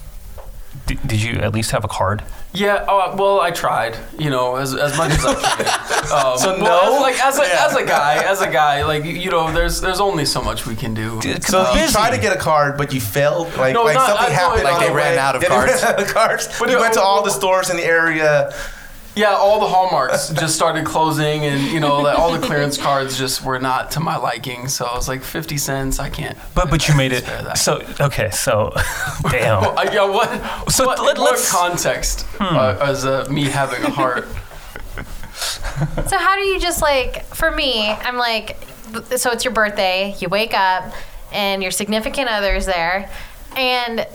A: Did, did you at least have a card?
F: Yeah. Uh, well, I tried. You know, as, as much as I could. Um, so
J: no?
F: As, like as a, as a guy, as a guy, like you- you know, there's there's only so much we can do.
J: so you try to get a card, but you failed. Like,
F: No,
J: like
F: not-
J: something
F: I- no,
J: happened.
F: like
J: on
F: they
J: the
F: ran
J: way.
G: out of
J: Yeah, they
G: cards.
J: ran out of cards.
F: But
J: you
F: no,
J: went to all the
F: well-
J: stores in the area.
F: Yeah, all the hallmarks just started closing, and you know, like, all the clearance cards just were not to my liking. So I was like, fifty cents, I can't.
A: But but you made it.
F: Spare that.
A: So okay. So damn.
F: I, yeah, what?
A: So
F: what,
A: let-
F: what
A: let's-
F: context uh, as uh, me having a heart?
D: So how do you just like for me, I'm like th- so it's your birthday, you wake up and your significant other's there and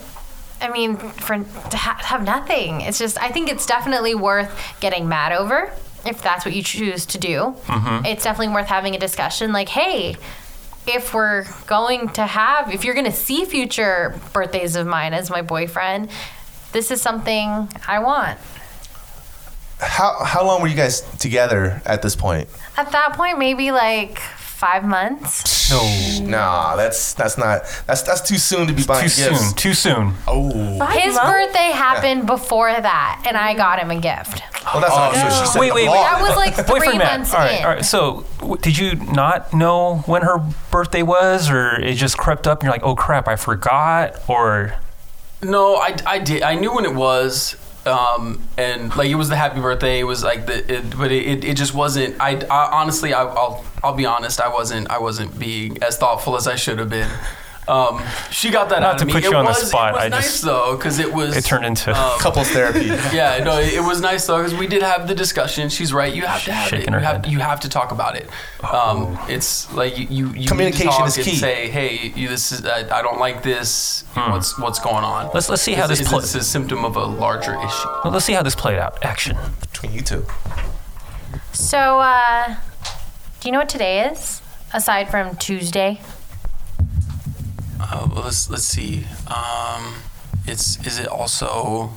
D: I mean for to ha- have nothing. It's just I think it's definitely worth getting mad over if that's what you choose to do. It's definitely worth having a discussion like, "Hey, if we're going to have if you're going to see future birthdays of mine as my boyfriend, this is something I want."
J: How how long were you guys together at this point?
D: At that point, maybe like 5 months.
J: No, nah, that's that's not that's that's too soon to be buying
A: Too
J: gifts.
A: soon. Too soon.
J: Oh,
C: Five
D: His
C: months?
D: birthday happened before that, and I got him a gift.
J: well, that's
F: Oh.
J: not so she said
A: Wait,
J: the
A: wait,
J: law.
A: wait.
D: That was like three
A: Oh, Boyfriend Matt.
D: months
A: all right,
D: in.
A: all right. So w- did you not know when her birthday was, or it just crept up and you're like, oh crap, I forgot, or
F: No, I, I did. I knew when it was, um, and like it was the happy birthday. It was like the, it, but it, it, it just wasn't. I, I honestly, I, I'll I'll be honest. I wasn't I wasn't being as thoughtful as I should have been. Um, she got that
A: Not
F: out
A: to
F: of me.
A: put
F: It
A: you on the
F: was-
A: spot,
F: It was
A: I
F: nice um,
A: just-
F: though, because it was
A: it turned into
J: couples therapy.
F: yeah, no, it it was nice though because we did have the discussion. She's right. You have to have
A: Shaking
F: it.
A: her
F: you, have,
A: head. Oh.
F: you have to talk about it. Um, it's like you, you, you need to
J: Communication
F: talk
J: is
F: and
J: key.
F: Say, hey, you, this is I, I don't like this. What's what's going on?
A: Let's- let's Hmm. see how
F: Is-
A: this
F: is
A: pl-
F: this a symptom of a larger issue.
A: Well, let's see how this played out. Action.
J: between you two.
D: So, uh, do you know what today is? Aside from Tuesday,
F: Uh, well, let's let's see. Um, it's is it also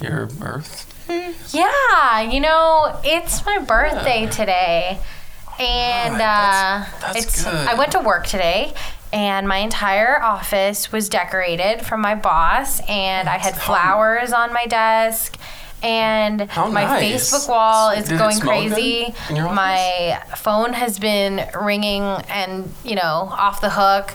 F: your birth?
D: Mm, yeah, you know, it's my birthday today, and uh,
F: that's- that's
D: it's.
F: good.
D: I went to work today, and my entire office was decorated from my boss, and I had flowers on my desk. And
F: How
D: my
F: nice.
D: Facebook wall is
F: Did it
D: going
F: smell good
D: crazy.
F: in your office?
D: My phone has been ringing and, you know, off the hook.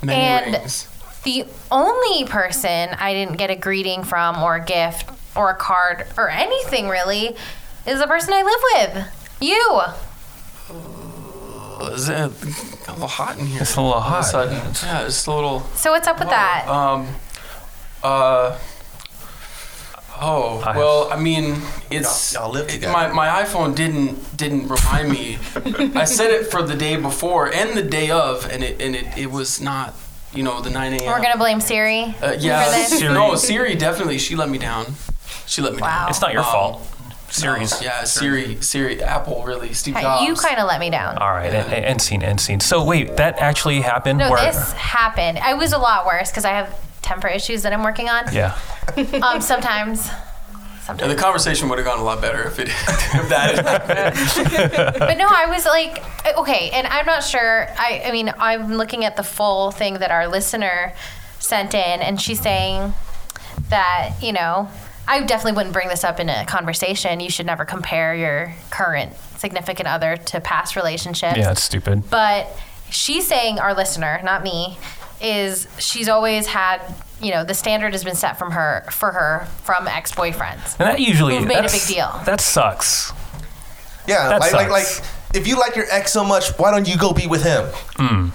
F: Many
D: And-
F: rings.
D: The only person I didn't get a greeting from, or a gift, or a card, or anything really, is the person I live with. You.
F: Well, Is it a little hot in here?
A: It's a little
F: All of
A: hot.
F: sudden. Yeah, it's a little.
D: So what's up with that?
F: Um, uh, Oh well, I mean, it's
J: Y'all- y'all live
F: it-
J: together.
F: my my iPhone didn't didn't remind me. I set it for the day before and the day of, and it and it, it was not. You know the 9 a.m.
D: We're gonna blame Siri.
F: Uh, yeah,
D: for this?
F: Siri. no, Siri definitely. She let me down. She let me down.
A: It's not your
F: Um,
A: fault. Series.
F: Yeah, Siri, Siri, Apple, really, Steve Jobs.
D: Hey, You kind of let me down.
A: All right, and, and scene, end scene. So wait, that actually happened.
D: No,
A: where-
D: this happened. I was a lot worse because I have temper issues that I'm working on.
A: Yeah.
D: Um, sometimes.
F: And the conversation would have gone a lot better if it if that.
D: But no, I was like, okay, and I'm not sure. I, I mean, I'm looking at the full thing that our listener sent in, and she's saying that, you know, I definitely wouldn't bring this up in a conversation. You should never compare your current significant other to past relationships.
A: Yeah, it's stupid.
D: But she's saying, our listener, not me, is she's always had, you know, the standard has been set from her for her from ex boyfriends.
A: And that usually
D: Who've made a
A: that's-
D: big deal.
A: That sucks.
J: Yeah,
A: That
J: like, like like
A: sucks.
J: if you like your ex so much, why don't you go be with him?
A: Hmm.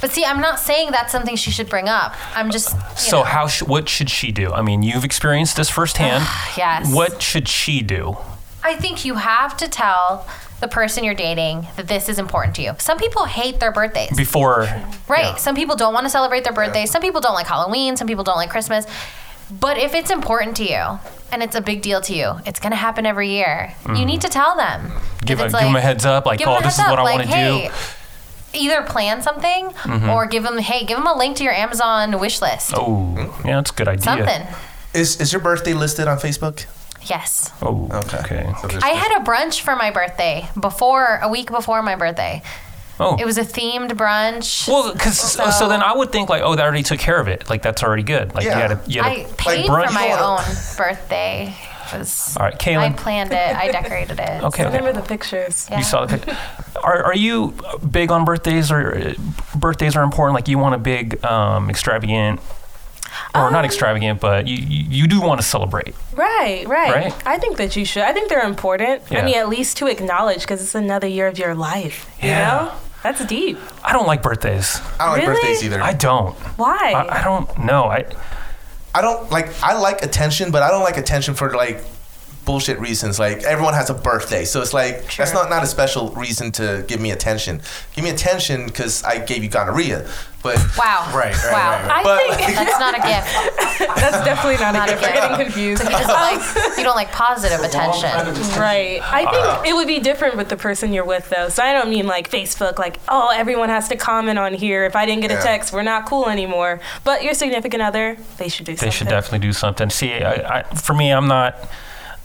D: But see, I'm not saying that's something she should bring up. I'm just. You
A: So
D: know.
A: how sh- what should she do? I mean, you've experienced this firsthand.
D: Yes.
A: What should she do?
D: I think you have to tell the person you're dating that this is important to you. Some people hate their birthdays.
A: Before
D: right. Some people don't want to celebrate their birthdays. Some people don't like Halloween. Some people don't like Christmas. But if it's important to you and it's a big deal to you, it's going to happen every year. You need to tell them.
A: Mm-hmm. give, a,
D: If it's
A: give 'em
D: like-
A: a heads up, like,
D: give 'em
A: oh,
D: a
A: this is
D: heads
A: what
D: up,
A: I
D: like,
A: want to
D: hey,
A: do. Mm-hmm.
D: Either plan something or give them, hey, give them a link to your Amazon wish list.
A: Oh, yeah, that's a good idea.
D: Something.
J: Is is your birthday listed on Facebook?
D: Yes.
A: Oh, okay.
J: Okay.
D: I had a brunch for my birthday before, a week before my birthday.
A: Oh,
D: It was a themed brunch.
A: well, because so, so then I would think like, oh, they already took care of it. Like that's already good. Like
J: Yeah.
A: you had a, you had
D: I
A: a
D: paid
A: brunch.
D: for my
J: wanna-
D: own birthday. It was,
A: All right,
D: I
A: Kaylin.
D: planned it. I decorated it.
A: okay.
C: Remember the pictures.
D: Yeah.
A: You saw the pic. Are, are you big on birthdays or uh, birthdays are important? Like you want a big um, extravagant or
D: Um,
A: not extravagant, but you, you, you do want to celebrate.
C: Right, right,
A: Right?
C: I think that you should. I think they're important.
A: Yeah.
C: I mean, at least to acknowledge because it's another year of your life. You
A: Yeah.
C: know? That's deep.
A: I don't like birthdays.
J: I don't
C: Really?
J: like birthdays either.
A: I
J: I,
A: don't.
C: Why?
A: I, I don't know. I
J: don't like I like attention, but I don't like attention for like bullshit reasons. Like everyone has a birthday, so it's like that's not not a special reason to give me attention. Give me attention because I gave you gonorrhea, but.
D: Wow.
I: Right, right,
D: wow.
I: right,
C: I
J: But-
C: think
D: That's not a gift.
C: that's definitely not,
D: Not a
C: a gift. I'm
D: gift.
C: getting confused.
D: He doesn't like, you don't like positive attention.
C: Right. I
A: Uh,
C: think it would be different with the person you're with, though. So I don't mean like Facebook, like, oh, everyone has to comment on here. If I didn't get a
J: Yeah.
C: text, we're not cool anymore. But your significant other, they should do something.
A: they should definitely do something. See, I, I, for me, I'm not.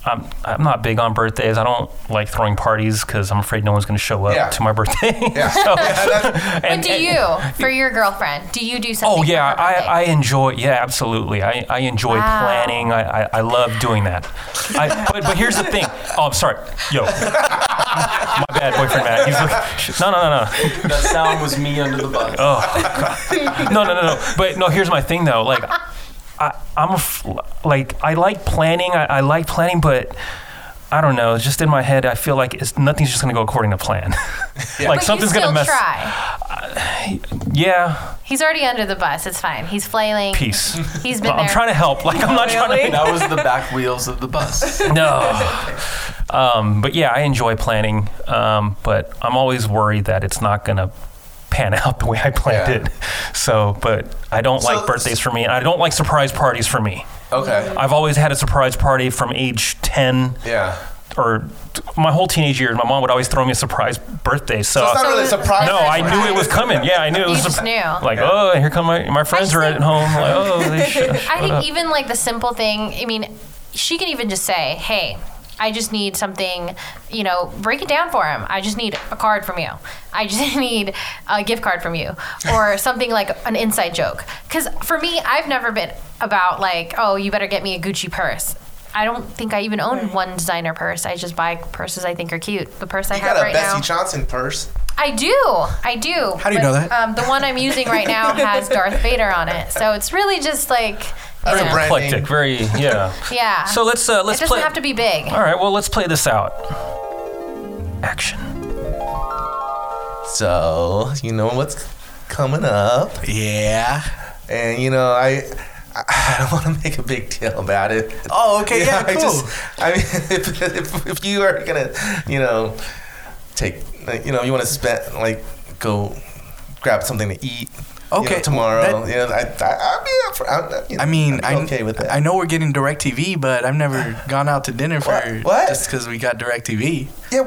A: I'm, I'm not big on birthdays. I don't like throwing parties because I'm afraid no one's going to show up
J: Yeah.
A: to my birthday.
J: Yeah. Yeah, that's-
D: But do you, for your girlfriend, do you do something?
A: Oh yeah,
D: for her birthday?
A: I, I enjoy. Yeah, absolutely. I, I enjoy
D: Wow.
A: planning. I, I, I love doing that. I, but but here's the thing. Oh, I'm sorry. Yo, my bad, boyfriend Matt. He's looking, no no no no.
F: that sound was me under the bus.
A: no, no, no, no. But no, here's my thing though. Like, I, I'm a f- like I like planning. I, I like planning, but I don't know. Just in my head, I feel like it's, nothing's just gonna go according to plan. like
D: But
A: something's
D: you
A: gonna
D: still
A: mess.
D: try.
A: Yeah,
D: He's already under the bus. It's fine. He's flailing.
A: peace.
D: He's been
A: Well,
D: there.
A: I'm trying to help. Like I'm not trying
F: That was the back wheels of the bus.
A: to. No. Um, but yeah, I enjoy planning. Um, but I'm always worried that it's not gonna pan out the way I planned
J: Yeah.
A: it. So, but I don't like birthdays for me, and I don't like surprise parties for me.
J: okay.
A: I've always had a surprise party from age 10
J: Yeah.
A: or t- my whole teenage years. My mom would always throw me a surprise birthday. So,
J: So it's not really a surprise.
A: no, I knew it was coming. Yeah, I knew it was
D: just
A: surp-
D: knew.
A: like, oh, here come my, my friends
D: just
A: are at
D: think-
A: home. Like, oh, they sh-
D: I think even like the simple thing, I mean, she can even just say, hey, I just need something, you know, break it down for him. I just need a card from you. I just need a gift card from you or something like an inside joke. Because for me, I've never been about like, oh, you better get me a Gucci purse. I don't think I even own one designer purse. I just buy purses I think are cute. The purse I
J: You got
D: have
J: a
D: right
J: Bessie
D: now.
J: Johnson purse.
D: I do. I do. How
I: do you know that?
D: Um, the one I'm using right now has Darth Vader on it. So it's really just like.
J: That's a
D: know.
J: brand name.
A: eclectic, very yeah.
D: Yeah.
A: So let's uh,
D: It
A: let's
D: doesn't
A: play.
D: have to be big.
A: All right, well, let's play this out. Action.
J: So you know what's coming up,
I: Yeah.
J: and you know I I, I don't want to make a big deal about it.
I: Oh, okay,
J: You
I: yeah,
J: I
I: cool.
J: I mean, if, if, if you are gonna, you know, take, like, you know, you want to spend like go grab something to eat. you know,
I: Okay,
J: tomorrow.
I: that-
J: you know, I, I, I'll be up for. I, you know,
I: I mean,
J: I'd
I: I,
J: be okay with that.
I: I know we're getting DirecTV, but I've never gone out to dinner for
J: What? What?
I: just because we got DirecTV.
J: Yeah,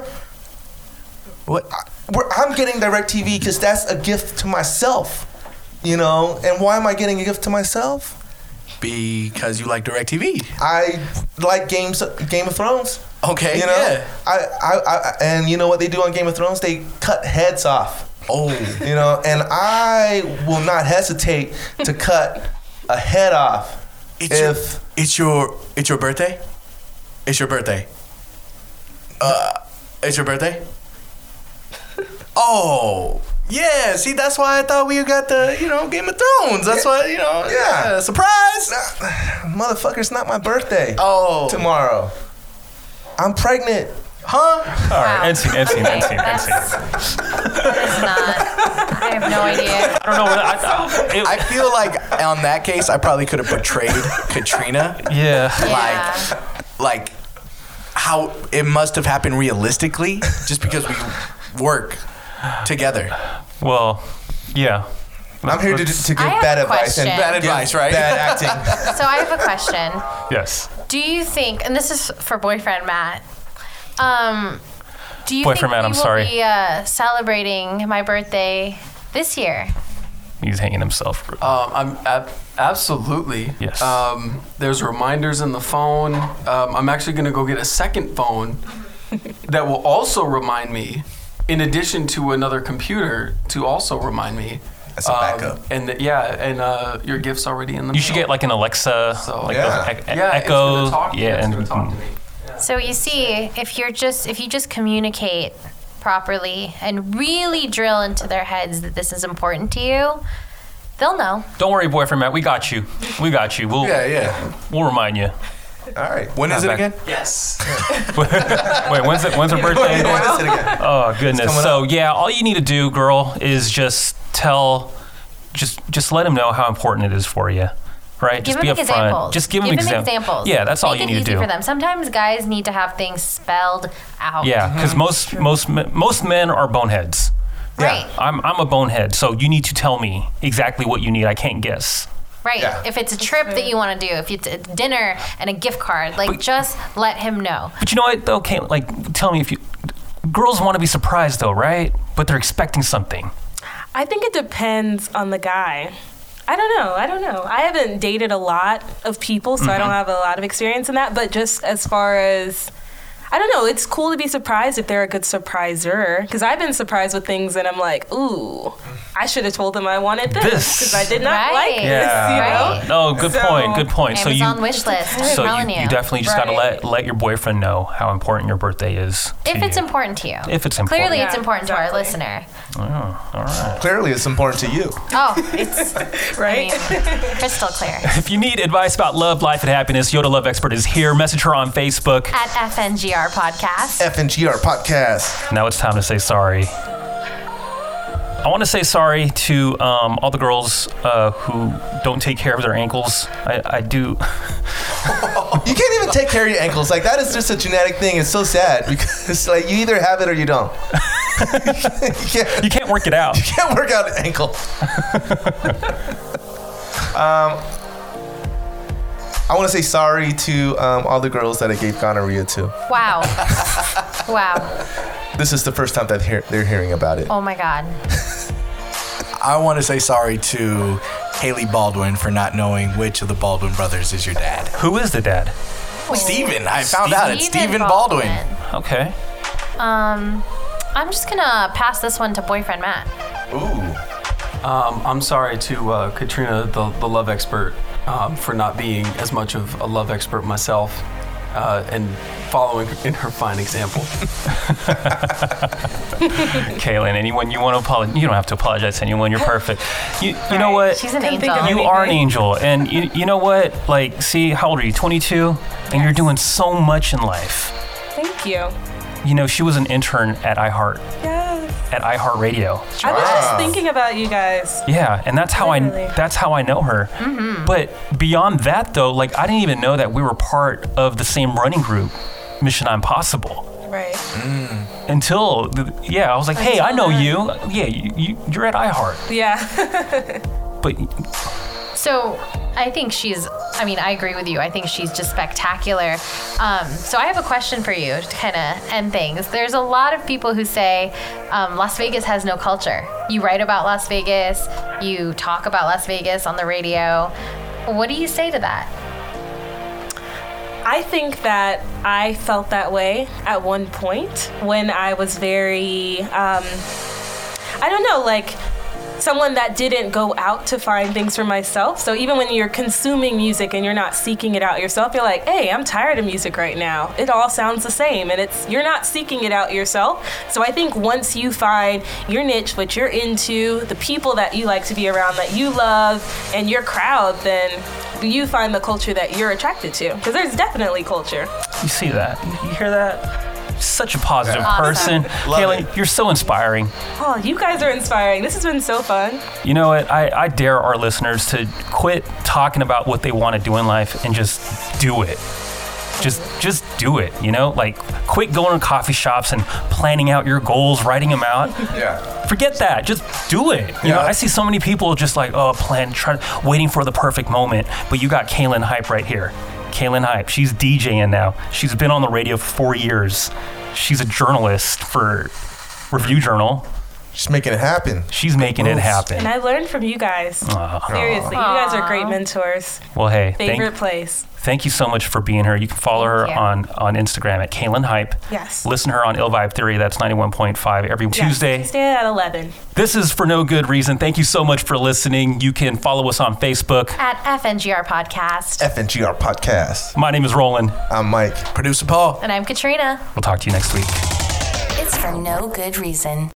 I: What?
J: we're, I'm getting DirecTV because that's a gift to myself. You know, and why am I getting a gift to myself?
I: Because you like DirecTV.
J: I like games, Game of Thrones.
I: Okay,
J: you know,
I: yeah.
J: I, I, I, and you know what they do on Game of Thrones? They cut heads off.
I: Oh.
J: you know, and I will not hesitate to cut a head off
I: It's your,
J: if
I: it's your it's your birthday. It's your birthday. Uh, it's your birthday. Oh yeah, see that's why I thought we got the you know Game of Thrones. That's why you know
J: Yeah.
I: yeah, surprise.
J: motherfucker, it's not my birthday
I: Oh
J: tomorrow. I'm pregnant.
I: huh?
A: All right, end scene, end scene, end scene, end
D: That's-
A: scene.
D: It's not. I have no idea.
A: I don't know. What, I, I, it,
I: I feel like on that case I probably could have portrayed Katrina
A: yeah.
D: Yeah.
I: like how it must have happened realistically just because we work together.
A: Well, yeah.
J: I'm here to, to give
D: I have
J: bad
D: a
J: advice and
D: question.
I: Bad advice, right?
J: bad acting.
D: So I have a question.
A: Yes.
D: Do you think, and this is for boyfriend Matt, um, do you
A: Boyfriend
D: think
A: Matt,
D: we
A: I'm
D: will
A: sorry.
D: be uh, celebrating my birthday this year?
A: He's hanging himself.
F: Um, I'm ab- absolutely.
A: Yes.
F: Um, there's reminders in the phone. Um, I'm actually gonna go get a second phone that will also remind me, in addition to another computer, to also remind me.
J: That's a
F: Um,
J: backup.
F: and th- yeah, and uh, your gift's already in the.
A: You should
F: mail.
A: get like an Alexa,
F: So-
A: like
J: Yeah.
A: those e- e-
F: yeah, it's
A: Echo.
F: gonna talk to me,
A: yeah,
F: it's
A: and
F: gonna talk
I: Um,
F: to me.
D: So you see, if you're just if you just communicate properly and really drill into their heads that this is important to you, they'll know.
A: don't worry, boyfriend Matt. We got you. We got you. We'll
I: Yeah, yeah.
A: we'll remind you.
J: All right.
I: When is it
A: Not bad.
I: again?
F: Yes.
A: Wait, when's it? When's her birthday?
J: When is it again?
A: Oh goodness.
J: coming
A: So yeah, all you need to do, girl, is just tell, just just let him know how important it is for you, right?
D: Give
A: just
D: them
A: be upfront.
D: examples.
A: Just give him exam-
D: examples.
A: Yeah, that's all
D: Make
A: you
D: it
A: need
D: easy
A: to do.
D: for them. Sometimes guys need to have things spelled out.
A: Yeah, because most most men, most men are boneheads.
D: Right.
A: I'm I'm a bonehead, so you need to tell me exactly what you need. I can't guess.
D: Right.
J: Yeah.
D: If it's a trip that you want to do, if it's a dinner and a gift card, like just let him know.
A: But you know what? though, Okay, like tell me if you. Girls want to be surprised though, right? But they're expecting something.
C: I think it depends on the guy. I don't know. I don't know. I haven't dated a lot of people, so I
A: Mm-hmm.
C: don't have a lot of experience in that. But just as far as, I don't know, it's cool to be surprised if they're a good surpriser. Because I've been surprised with things and I'm like, ooh, I should have told them I wanted this
A: This.
C: because I did not
D: Right.
C: like
D: Yeah.
C: this,
D: Right.
C: you know?
A: No, good
C: So-
A: point. Good point. So
D: Amazon
A: you
D: wish list. I'm
A: so
D: telling
A: you,
D: you.
A: you definitely just gotta
C: Right.
A: let let your boyfriend know how important your birthday is. to
D: if it's
A: you.
D: important to you.
A: If it's important.
D: Clearly, it's
C: Yeah,
D: important to our
C: exactly.
D: listener.
A: Oh, all right.
J: Clearly, it's important to you.
D: Oh, it's
C: Right?
D: crystal clear.
A: If you need advice about love, life, and happiness, Yoda Love Expert is here. Message her on Facebook.
D: At FNGR Podcast.
J: FNGR podcast.
A: Now it's time to say sorry. I want to say sorry to um, all the girls uh, who don't take care of their ankles. I, I do.
J: You can't even take care of your ankles. Like that is just a genetic thing. It's so sad because like you either have it or you don't. you can't,
A: You can't work it out.
J: can't work out an ankle. um, Um, I want to say sorry to um, all the girls that I gave gonorrhea to.
D: Wow. wow.
J: This is the first time that hear, they're hearing about it.
D: Oh my God.
I: I want to say sorry to Haley Baldwin for not knowing which of the Baldwin brothers is your dad.
A: Who is the dad?
I: Steven, I found out it's Steven
D: Stephen
I: Baldwin.
A: Okay.
D: Um, I'm just going to pass this one to boyfriend Matt.
F: Um, I'm sorry to uh, Katrina, the, the love expert, um, for not being as much of a love expert myself uh, and following in her fine example.
A: Kaylin, anyone you want to apologize? You don't have to apologize to anyone. You're perfect. You, you know what?
D: She's an
C: Couldn't think
D: angel.
C: of
A: you are an angel. And you, you know what? Like, see, how old are you? 22? And you're doing so much in life.
C: Thank you.
A: You know, she was an intern at iHeart.
C: Yes.
A: at iHeartRadio.
C: I was just thinking about you guys.
A: Yeah, and that's how
C: Literally.
A: I that's how I know her. But beyond that though, like I didn't even know that we were part of the same running group, Mission Impossible.
C: Right.
A: Until the, yeah, I was like, hey, I know you. Yeah, you, you you're at iHeart.
C: Yeah.
A: But
D: So I think she's, I mean, I agree with you. I think she's just spectacular. Um, so I have a question for you to kind of end things. There's a lot of people who say um, Las Vegas has no culture. You write about Las Vegas, you talk about Las Vegas on the radio. What do you say to that?
C: I think that I felt that way at one point when I was very, um, I don't know, like someone that didn't go out to find things for myself. So even when you're consuming music and you're not seeking it out yourself, you're like, hey, I'm tired of music right now. It all sounds the same. And it's you're not seeking it out yourself. So I think once you find your niche, what you're into, the people that you like to be around that you love and your crowd, then you find the culture that you're attracted to. Because there's definitely culture.
A: you see that, you hear that. Such a positive person,
D: Awesome.
A: Kaylee. You're so inspiring.
C: Oh, you guys are inspiring. This has been so fun.
A: You know what? I, I dare our listeners to quit talking about what they want to do in life and just do it. Just just do it, you know? Like quit going to coffee shops and planning out your goals, writing them out.
J: Yeah.
A: Forget that. Just do it. You know,
J: Yeah.
A: I see so many people just like, oh, plan, try, waiting for the perfect moment. But you got Kaylin Hype right here. Kaylin Hype. She's DJing now. She's been on the radio for four years. She's a journalist for Review Journal.
J: Just making it happen.
A: She's making it happen. Uh-huh.
C: And I learned from you guys. Seriously, you guys are great mentors.
A: Well, hey, thank,
C: Favorite place.
A: thank you so much for being here. You can follow her
D: you.
A: on, on Instagram at Kaylin Hype.
C: Yes.
A: Listen to her on Ill Vibe Theory. That's 91.5 every
C: Yes,
A: Tuesday.
C: Tuesday at 11.
A: This is for no good reason. Thank you so much for listening. You can follow us on Facebook.
D: At FNGR Podcast.
J: FNGR podcast.
A: My name is Roland.
J: I'm Mike.
I: Producer Paul.
D: And I'm Katrina.
A: We'll talk to you next week.
H: It's for no good reason.